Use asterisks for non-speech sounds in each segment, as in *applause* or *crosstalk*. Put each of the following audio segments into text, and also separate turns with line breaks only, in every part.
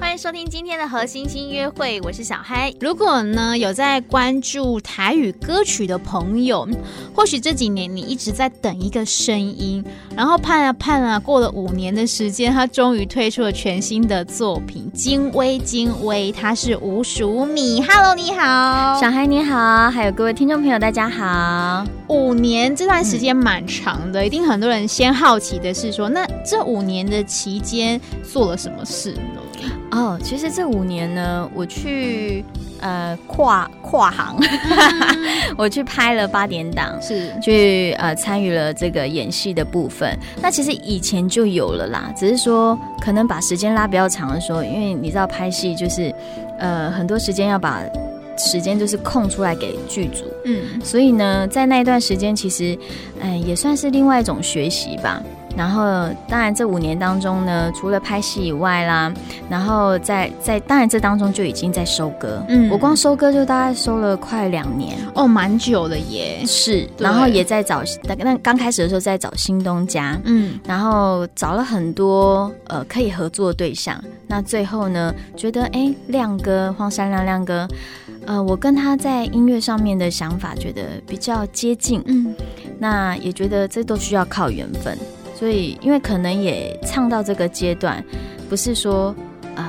欢迎收听今天的和星星约会，我是小嗨。
如果呢有在关注台语歌曲的朋友，或许这几年你一直在等一个声音，然后盼啊盼啊，过了五年的时间，他终于推出了全新的作品《金威金威》，他是吴淑米。Hello，你好。
小嗨你好，还有各位听众朋友，大家好。
五年这段时间蛮长的，一定很多人先好奇的是说，那这五年的期间做了什么事呢？
哦，其实这五年呢，我去呃跨跨行， *laughs* 我去拍了八点档，
是
去呃参与了这个演戏的部分。那其实以前就有了啦，只是说可能把时间拉比较长的时候，因为你知道拍戏就是呃很多时间要把时间就是空出来给剧组。
嗯，
所以呢，在那一段时间，其实，哎，也算是另外一种学习吧。然后，当然这五年当中呢，除了拍戏以外啦，然后在在当然这当中就已经在收割。
嗯
我光收割就大概收了快两年。
哦，蛮久了耶。
是，
对
然后也在找，那刚开始的时候在找新东家，
嗯，
然后找了很多呃可以合作的对象。那最后呢，觉得哎，亮哥黄山亮亮哥，呃，我跟他在音乐上面的想法觉得比较接近，
嗯，
那也觉得这都需要靠缘分。所以，因为可能也唱到这个阶段，不是说呃。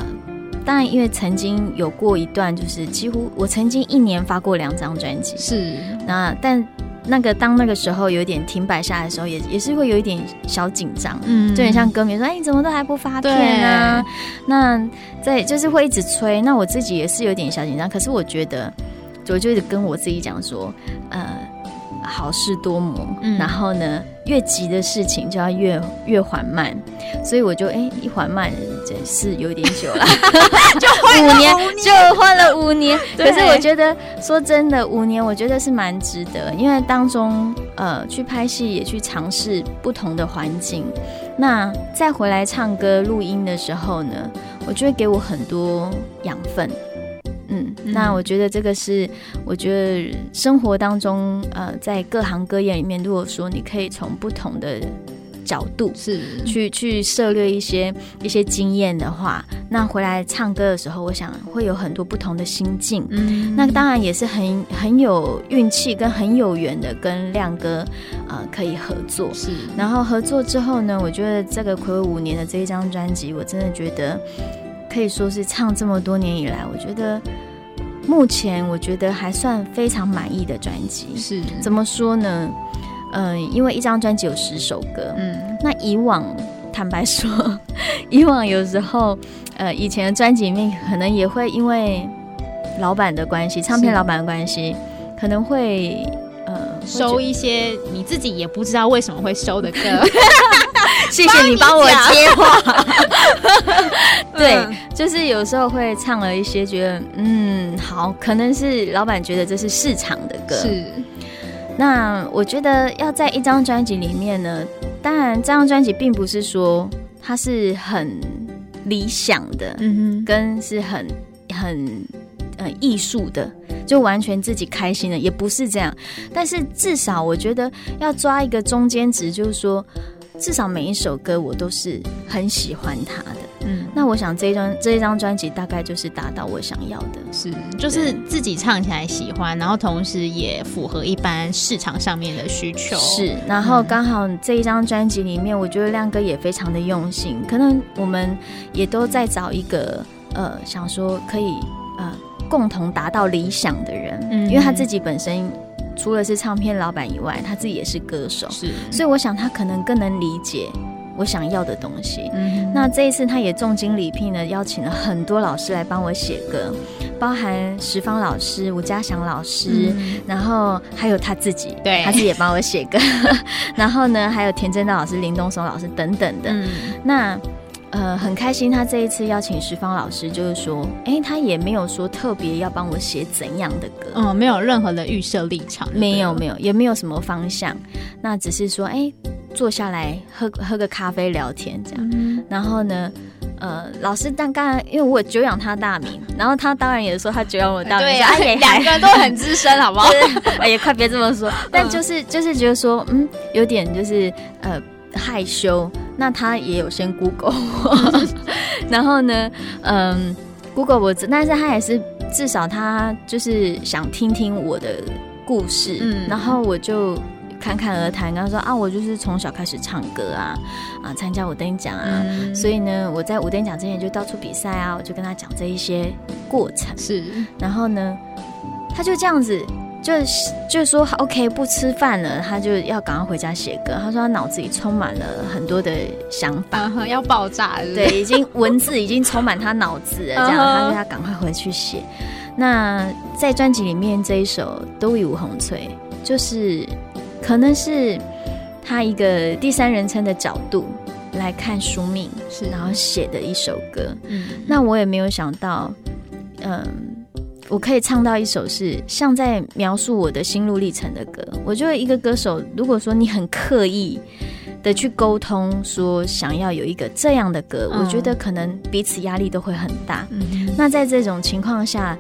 当然，因为曾经有过一段，就是几乎我曾经一年发过两张专辑，
是。
那但那个当那个时候有点停摆下来的时候，也也是会有一点小紧张，
嗯，
就很像歌迷说：“哎，你怎么都还不发片啊？”那在就是会一直催。那我自己也是有点小紧张，可是我觉得，我就一直跟我自己讲说：“呃，好事多磨。
嗯
然后呢，越急的事情就要越越缓慢。所以我就哎、一缓慢这是有点久了， *laughs* 就五年，就换了五年。可
对
是我觉得说真的，五年我觉得是蛮值得，因为当中呃去拍戏也去尝试不同的环境。那再回来唱歌录音的时候呢，我就会给我很多养分。嗯，那
嗯
我觉得这个是，我觉得生活当中，呃，在各行各业里面，如果说你可以从不同的角度
是
去去涉猎一些一些经验的话，那回来唱歌的时候，我想会有很多不同的心境。
嗯
那当然也是很很有运气跟很有缘的，跟亮哥呃可以合作。
是
然后合作之后呢，我觉得这个暌违五年的这一张专辑，我真的觉得可以说是唱这么多年以来，我觉得目前我觉得还算非常满意的专辑。
是
怎么说呢？嗯、因为一张专辑有十首歌，
嗯
那以往，坦白说， *laughs* 以往有时候，呃，以前的专辑里面可能也会因为老板的关系，唱片老板的关系，可能会呃
收
益。
一些你自己也不知道为什么会收 *laughs* 的歌，
谢谢你帮我
帮
接话。 *laughs* 对
嗯，
就是有时候会唱了一些觉得嗯好，可能是老板觉得这是市场的歌，
是
那我觉得要在一张专辑里面呢，当然这张专辑并不是说它是很理想的，
嗯
跟是很很呃艺术的，就完全自己开心的，也不是这样。但是至少我觉得要抓一个中间值，就是说，至少每一首歌我都是很喜欢它的。
嗯
那我想这一张这一张专辑大概就是达到我想要的。
是就是自己唱起来喜欢，然后同时也符合一般市场上面的需求，
是，然后
嗯
刚好这一张专辑里面，我觉得亮哥也非常的用心，可能我们也都在找一个呃，想说可以呃共同达到理想的人，
嗯
因为他自己本身除了是唱片老板以外，他自己也是歌手，
是，
所以我想他可能更能理解我想要的东西。
嗯
那这一次他也重金礼聘呢，邀请了很多老师来帮我写歌，包含石方老师、吴家祥老师，然后还有他自己，
嗯对
他自己也帮我写歌， *laughs* 然后呢，还有田真道老师、林东松老师等等的。
嗯
那呃，很开心，他这一次邀请石方老师，就是说，哎，他也没有说特别要帮我写怎样的歌，
嗯没有任何的预设立场，
没有
有
没有，也没有什么方向，那
嗯
只是说，哎，坐下来喝喝个咖啡聊天这样。然后呢，呃，老师但刚然因为我久仰他大名，然后他当然也说他久仰我大名，
对
呀、
呀、
啊，也
两个人都很资深，好不好？
*laughs* 哎也快别这么说，
嗯
但就是就是觉得说，嗯，有点就是呃害羞。那他也有先
*laughs*
Google 我，然后呢，嗯，Google 我，但是他也是至少他就是想听听我的故事，
嗯
然后我就。侃侃而谈，跟他说啊，我就是从小开始唱歌啊，啊，参加五等奖啊，
嗯
所以呢，我在五等奖之前就到处比赛啊，我就跟他讲这一些过程。
是
然后呢，他就这样子，就是就说 OK 不吃饭了，他就要赶快回家写歌。他说他脑子里充满了很多的想法，
啊，要爆炸了，
对，，已经文字已经充满他脑子
*laughs*
了，这样
嗯哼
他就要赶快回去写。那在专辑里面这一首《都已无红翠》，就是可能是他一个第三人称的角度来看书命，
是
然后写的一首歌。
嗯，
那我也没有想到，嗯，我可以唱到一首是像在描述我的心路历程的歌。我觉得一个歌手，如果说你很刻意的去沟通，说想要有一个这样的歌，
嗯
我觉得可能彼此压力都会很大。
嗯
那在这种情况下，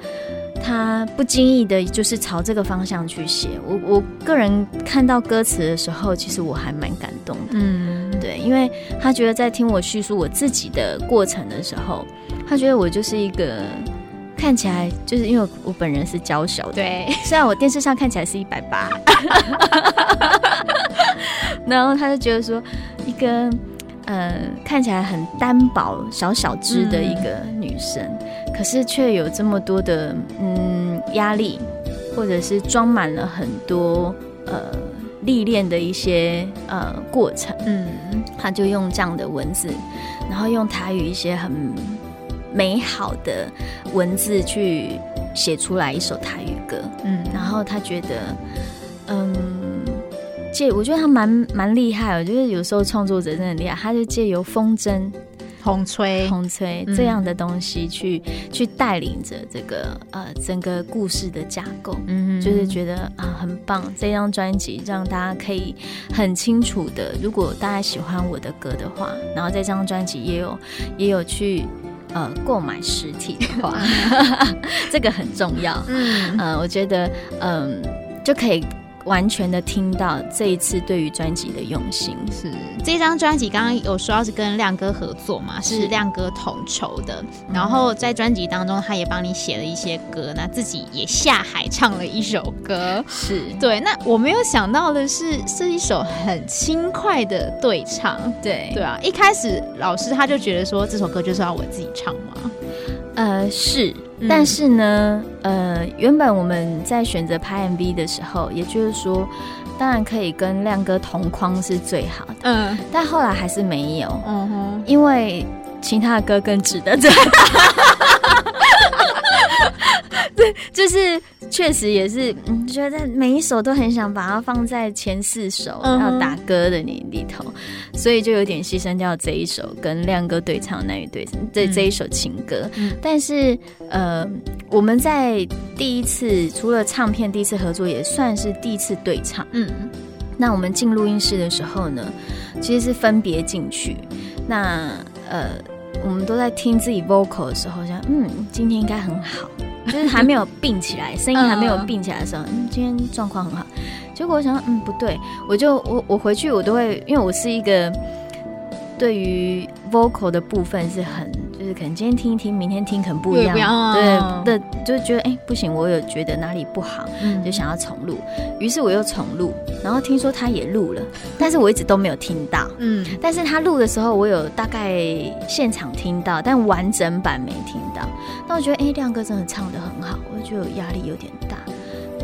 他不经意的就是朝这个方向去写。我我个人看到歌词的时候，其实我还蛮感动的。
嗯，
对，因为他觉得在听我叙述我自己的过程的时候，他觉得我就是一个看起来就是因为我我本人是娇小的，
对，
虽然我电视上看起来是一百八， *laughs* 然后他就觉得说一个呃看起来很单薄、小小只的一个女生，可是却有这么多的嗯压力，或者是装满了很多呃历练的一些呃过程。
嗯，
他就用这样的文字，然后用台语一些很美好的文字去写出来一首台语歌。
嗯， *laughs*
然后他觉得，嗯，借我觉得他蛮蛮厉害，我觉得有时候创作者真的很厉害，他就借由风筝、
红吹，
风吹
嗯
这样的东西去、去带领着这个呃整个故事的架构。
嗯
就是觉得啊很棒，这张专辑让大家可以很清楚的，如果大家喜欢我的歌的话，然后在这张专辑也有也有去呃购买实体的话， *laughs* 这个很重要。
嗯
呃，我觉得嗯、就可以完全的听到这一次对于专辑的用心。
是这张专辑，刚刚有说到是跟亮哥合作嘛，是嗯
是
亮哥统筹的。然后在专辑当中，他也帮你写了一些歌，那自己也下海唱了一首 *laughs* 歌。
是
对，那我没有想到的是，是一首很轻快的对唱。
对
对啊，一开始老师他就觉得说这首歌就是要我自己唱嘛。
呃，是
嗯，
但是呢，呃，原本我们在选择拍 MV 的时候，也就是说，当然可以跟亮哥同框是最好的，
嗯
但后来还是没有，
嗯哼，
因为其他的歌更值得这 *laughs* 对，就是确实也是，嗯，觉得每一首都很想把它放在前四首
嗯哼
要打歌的里里头，所以就有点牺牲掉这一首跟亮哥对唱那一对这
嗯
这一首情歌。
嗯
但是呃，我们在第一次除了唱片第一次合作，也算是第一次对唱。
嗯
那我们进录音室的时候呢，其实是分别进去。那呃，我们都在听自己 vocal 的时候，想嗯，今天应该很好， *laughs* 就是还没有并起来，声音还没有并起来的时候，嗯，今天状况很好。结果我想，嗯，不对，我就我我回去我都会，因为我是一个对于 vocal 的部分是很，就是可能今天听一听，明天听可能不一
又
样，
不一样哦
对的，就觉得哎、不行，我有觉得哪里不好，
嗯
就想要重录，于是我又重录，然后听说他也录了，但是我一直都没有听到。
嗯
但是他录的时候，我有大概现场听到，但完整版没听到。但我觉得，哎、亮哥真的唱得很好，我就觉得有压力有点大。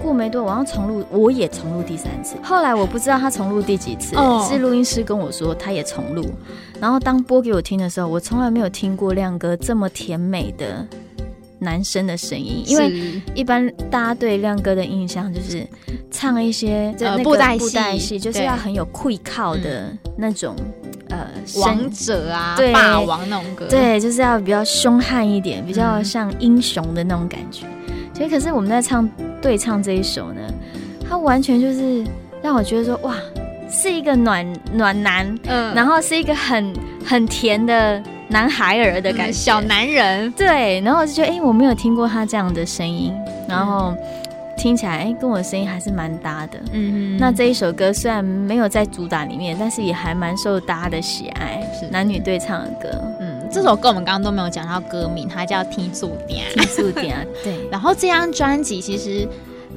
过没多，久，我要重录，我也重录第三次。后来我不知道他重录第几次，
哦
是录音师跟我说他也重录。然后当播给我听的时候，我从来没有听过亮哥这么甜美的男生的声音，因为
是
一般大家对亮哥的印象就是唱一些就那个
呃布袋戏
布袋戏就是
对
要很有愧靠的那种呃
王
声
者啊
对，
霸王那种歌。，
对，就是要比较凶悍一点，比较像英雄的那种感觉。其实可是我们在唱对唱这一首呢，他完全就是让我觉得说哇，是一个暖暖男，
嗯
然后是一个很很甜的男孩儿的感觉，
嗯小男人，
对，然后我就觉得，哎、我没有听过他这样的声音，然后听起来，哎、跟我的声音还是蛮搭的。
嗯
那这一首歌虽然没有在主打里面，但是也还蛮受大家的喜爱，
是
男女对唱的歌，
嗯，这首歌我们刚刚都没有讲到歌名，它叫《踢足点》。
听速点
*laughs*
啊，对，
然后这张专辑其实，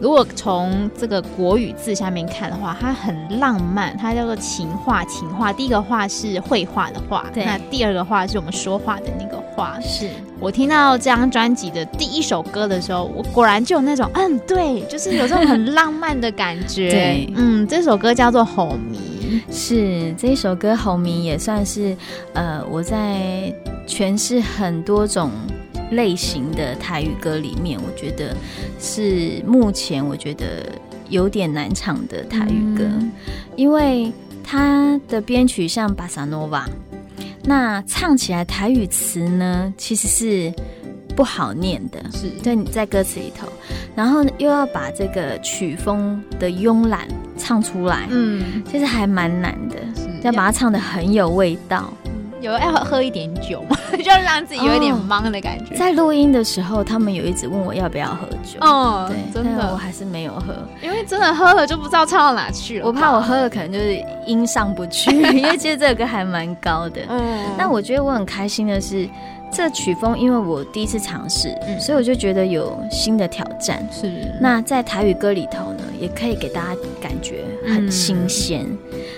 如果从这个国语字下面看的话，它很浪漫，它叫做情话。情话，第一个话是绘画的画，
对
那第二个话是我们说话的那个话。
是
我听到这张专辑的第一首歌的时候，我果然就有那种，嗯，对，就是有这种很浪漫的感觉。
*laughs* 对
嗯，这首歌叫做《吼迷
是这一首歌，侯明也算是，呃，我在诠释很多种类型的台语歌里面，我觉得是目前我觉得有点难唱的》台语歌。
嗯
因为它的编曲像巴萨诺瓦，那唱起来台语词呢其实是不好念的，
是
对你在歌词里头，然后又要把这个曲风的慵懒唱出来，
嗯，
其实还蛮难的，
是
要把它唱的很有味道。
有嗯要喝一点酒嘛， *laughs* 就让自己有一点
哦
忙的感觉。
在录音的时候，他们有一直问我要不要喝酒，
哦
对，，
真
但我
的，
还是没有喝，
因为真的喝了就不知道唱到哪去了。
我怕我喝了可能就是音上
*laughs*
不去，因为其实这首歌还蛮高的，
嗯
那我觉得我很开心的是，这曲风因为我第一次尝试，
嗯
所以我就觉得有新的挑战。
是
那在台语歌里头呢，也可以给大家感觉很新鲜。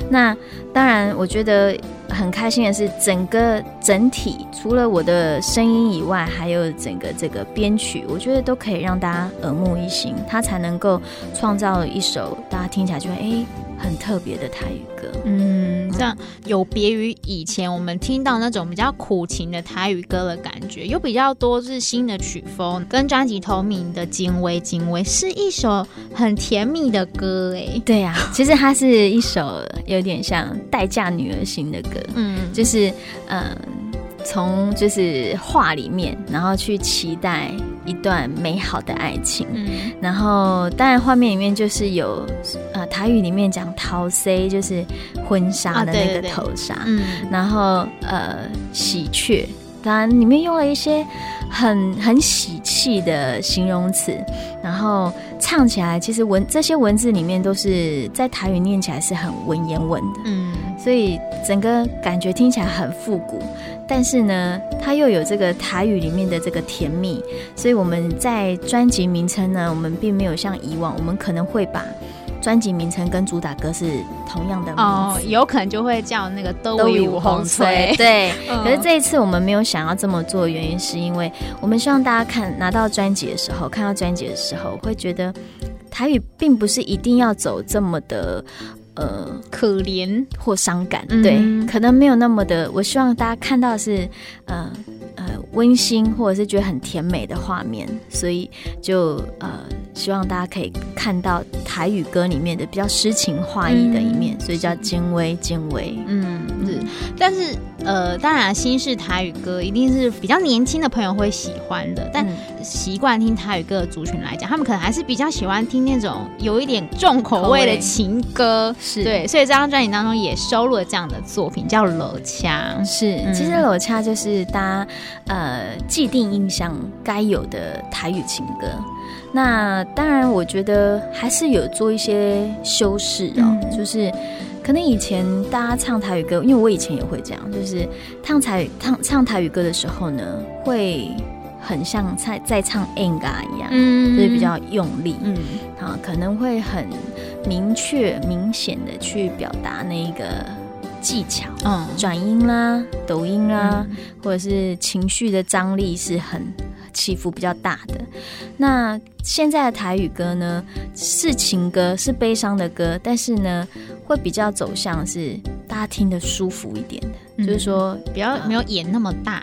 那当然，我觉得很开心的是，整个整体除了我的声音以外，还有整个这个编曲，我觉得都可以让大家耳目一新，它才能够创造一首大家听起来觉得诶很特别的台语歌。
嗯，这样有别于以前我们听到那种比较苦情的台语歌的感觉，有比较多是新的曲风，跟专辑同名的《警卫警卫》是一首很甜蜜的歌哎。
对呀、其实它是一首有点像待嫁女儿型的歌，
嗯，
就是嗯，从就是画里面，然后去期待一段美好的爱情。
嗯
然后，当然画面里面就是有呃台语里面讲桃 C，就是婚纱
啊
的
对
那个
对对
头纱，
嗯，
然后呃喜鹊，当然里面用了一些很很喜气的形容词，然后唱起来，其实文这些文字里面都是在台语念起来是很文言文的，
嗯
所以整个感觉听起来很复古，但是呢，它又有这个台语里面的这个甜蜜，所以我们在专辑名称呢，我们并没有像以往，我们可能会把专辑名称跟主打歌是同样的名字。
哦，有可能就会叫那个都
与
与武红吹。 *laughs*
对，
嗯
可是这一次我们没有想要这么做，原因是因为我们希望大家看拿到专辑的时候，看到专辑的时候，会觉得台语并不是一定要走这么的呃
可怜，
或伤感，
嗯
对，可能没有那么的。我希望大家看到的是，呃呃，温馨或者是觉得很甜美的画面，所以就呃，希望大家可以看到台语歌里面的比较诗情画意的一面，所以叫精微精微。
嗯，是，但是呃，当然新式台语歌一定是比较年轻的朋友会喜欢的，但
嗯
习惯听台语歌的族群来讲，他们可能还是比较喜欢听那种有一点重口味的情歌。
是
对，所以这张专辑当中也收录了这样的作品，叫《楼腔》。
是，
嗯
其实裸恰就是大家呃既定印象该有的台语情歌。那当然，我觉得还是有做一些修饰哦，
嗯
就是可能以前大家唱台语歌，因为我以前也会这样，就是唱台语唱唱台语歌的时候呢，会很像在在唱 Nga 一样，
嗯
就是比较用力，
嗯
啊，可能会很明确、明显的去表达那一个技巧。
嗯
转音啦、抖音啦，
嗯
或者是情绪的张力是很起伏比较大的。那现在的台语歌呢，是情歌，是悲伤的歌，但是呢，会比较走向是大家听得舒服一点的，
嗯
就是
*laughs*
说，
比较没有演那么
*laughs*
大，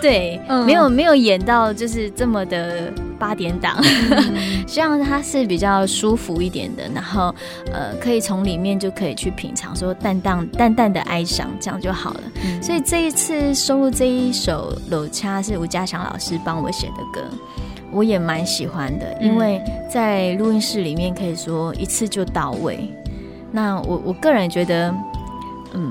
对，
嗯
没有没有演到就是这么的八点
*laughs*
档。
嗯
希望它是比较舒服一点的，然后呃，可以从里面就可以去品尝，说淡淡淡淡的哀伤，这样就好了。
嗯
所以这一次收录这一首《搂掐》是吴家祥老师帮我写的歌，我也蛮喜欢的，因为在录音室里面可以说一次就到位。那我我个人觉得，嗯，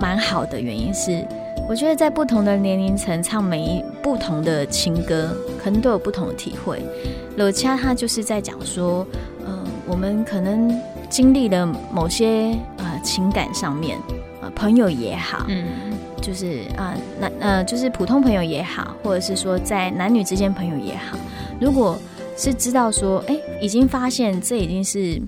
蛮好的原因是，我觉得在不同的年龄层唱每一不同的情歌，可能都有不同的体会。柳恰他就是在讲说，嗯、我们可能经历了某些呃情感上面，呃朋友也好，
嗯，
就是啊，男呃，就是普通朋友也好，或者是说在男女之间朋友也好，如果是知道说，哎，已经发现这已经是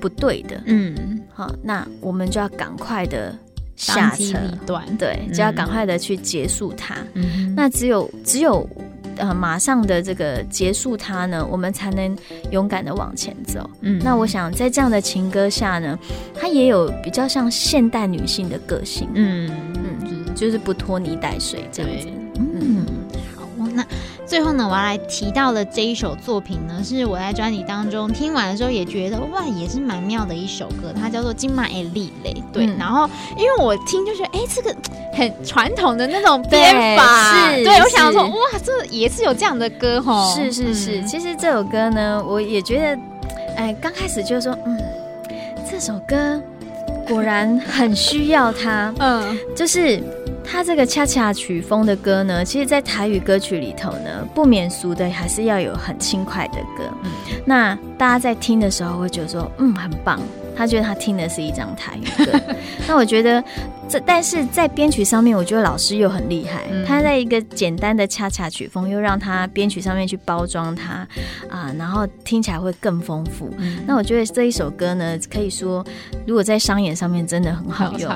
不对的，
嗯，
好，那我们就要赶快的下
当机
车，
立断，
对，就要赶快的去结束它。
嗯，
那只有只有呃马上的这个结束它呢，我们才能勇敢的往前走。
嗯
那我，想在这样的情歌下呢，它也有比较像现代女性的个性，
嗯
嗯
嗯，
就是不拖泥带水这样子。
嗯，好，那最后呢，我要来提到的这一首作品呢，是我在专辑当中听完的时候也觉得哇，也是蛮妙的一首歌，它叫做《金马艾丽蕾》。对，
嗯
然后因为我听就觉得，哎、这个很传统的那种
对
编法，
是
对我想说，
是
哇，这也是有这样的歌吼。
是是是，
嗯
其实这首歌呢，我也觉得，哎，刚开始就说，嗯，这首歌果然很需要它，
嗯
就是它这个恰恰曲风的歌呢，其实，在台语歌曲里头呢，不免俗的还是要有很轻快的歌。
嗯
那大家在听的时候会觉得说，嗯，很棒。他觉得他听的是一张台语
*laughs*
歌，那我觉得这，但是在编曲上面，我觉得老师又很厉害。
嗯
他在一个简单的恰恰曲风，又让他编曲上面去包装它啊、然后听起来会更丰富。
嗯
那我觉得这一首歌呢，可以说如果在商演上面真的很好用，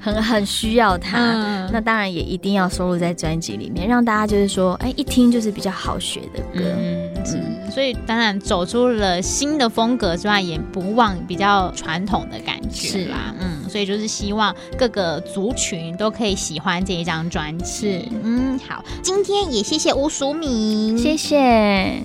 很很需要它。
嗯
那当然也一定要收录在专辑里面，让大家就是说，哎，一听就是比较好学的歌。
嗯，是，所以当然走出了新的风格之外，也不忘比较传统的感觉
是
啦。嗯，所以就是希望各个族群都可以喜欢这一张专辑。嗯，好，今天也谢谢吴淑敏，
谢谢。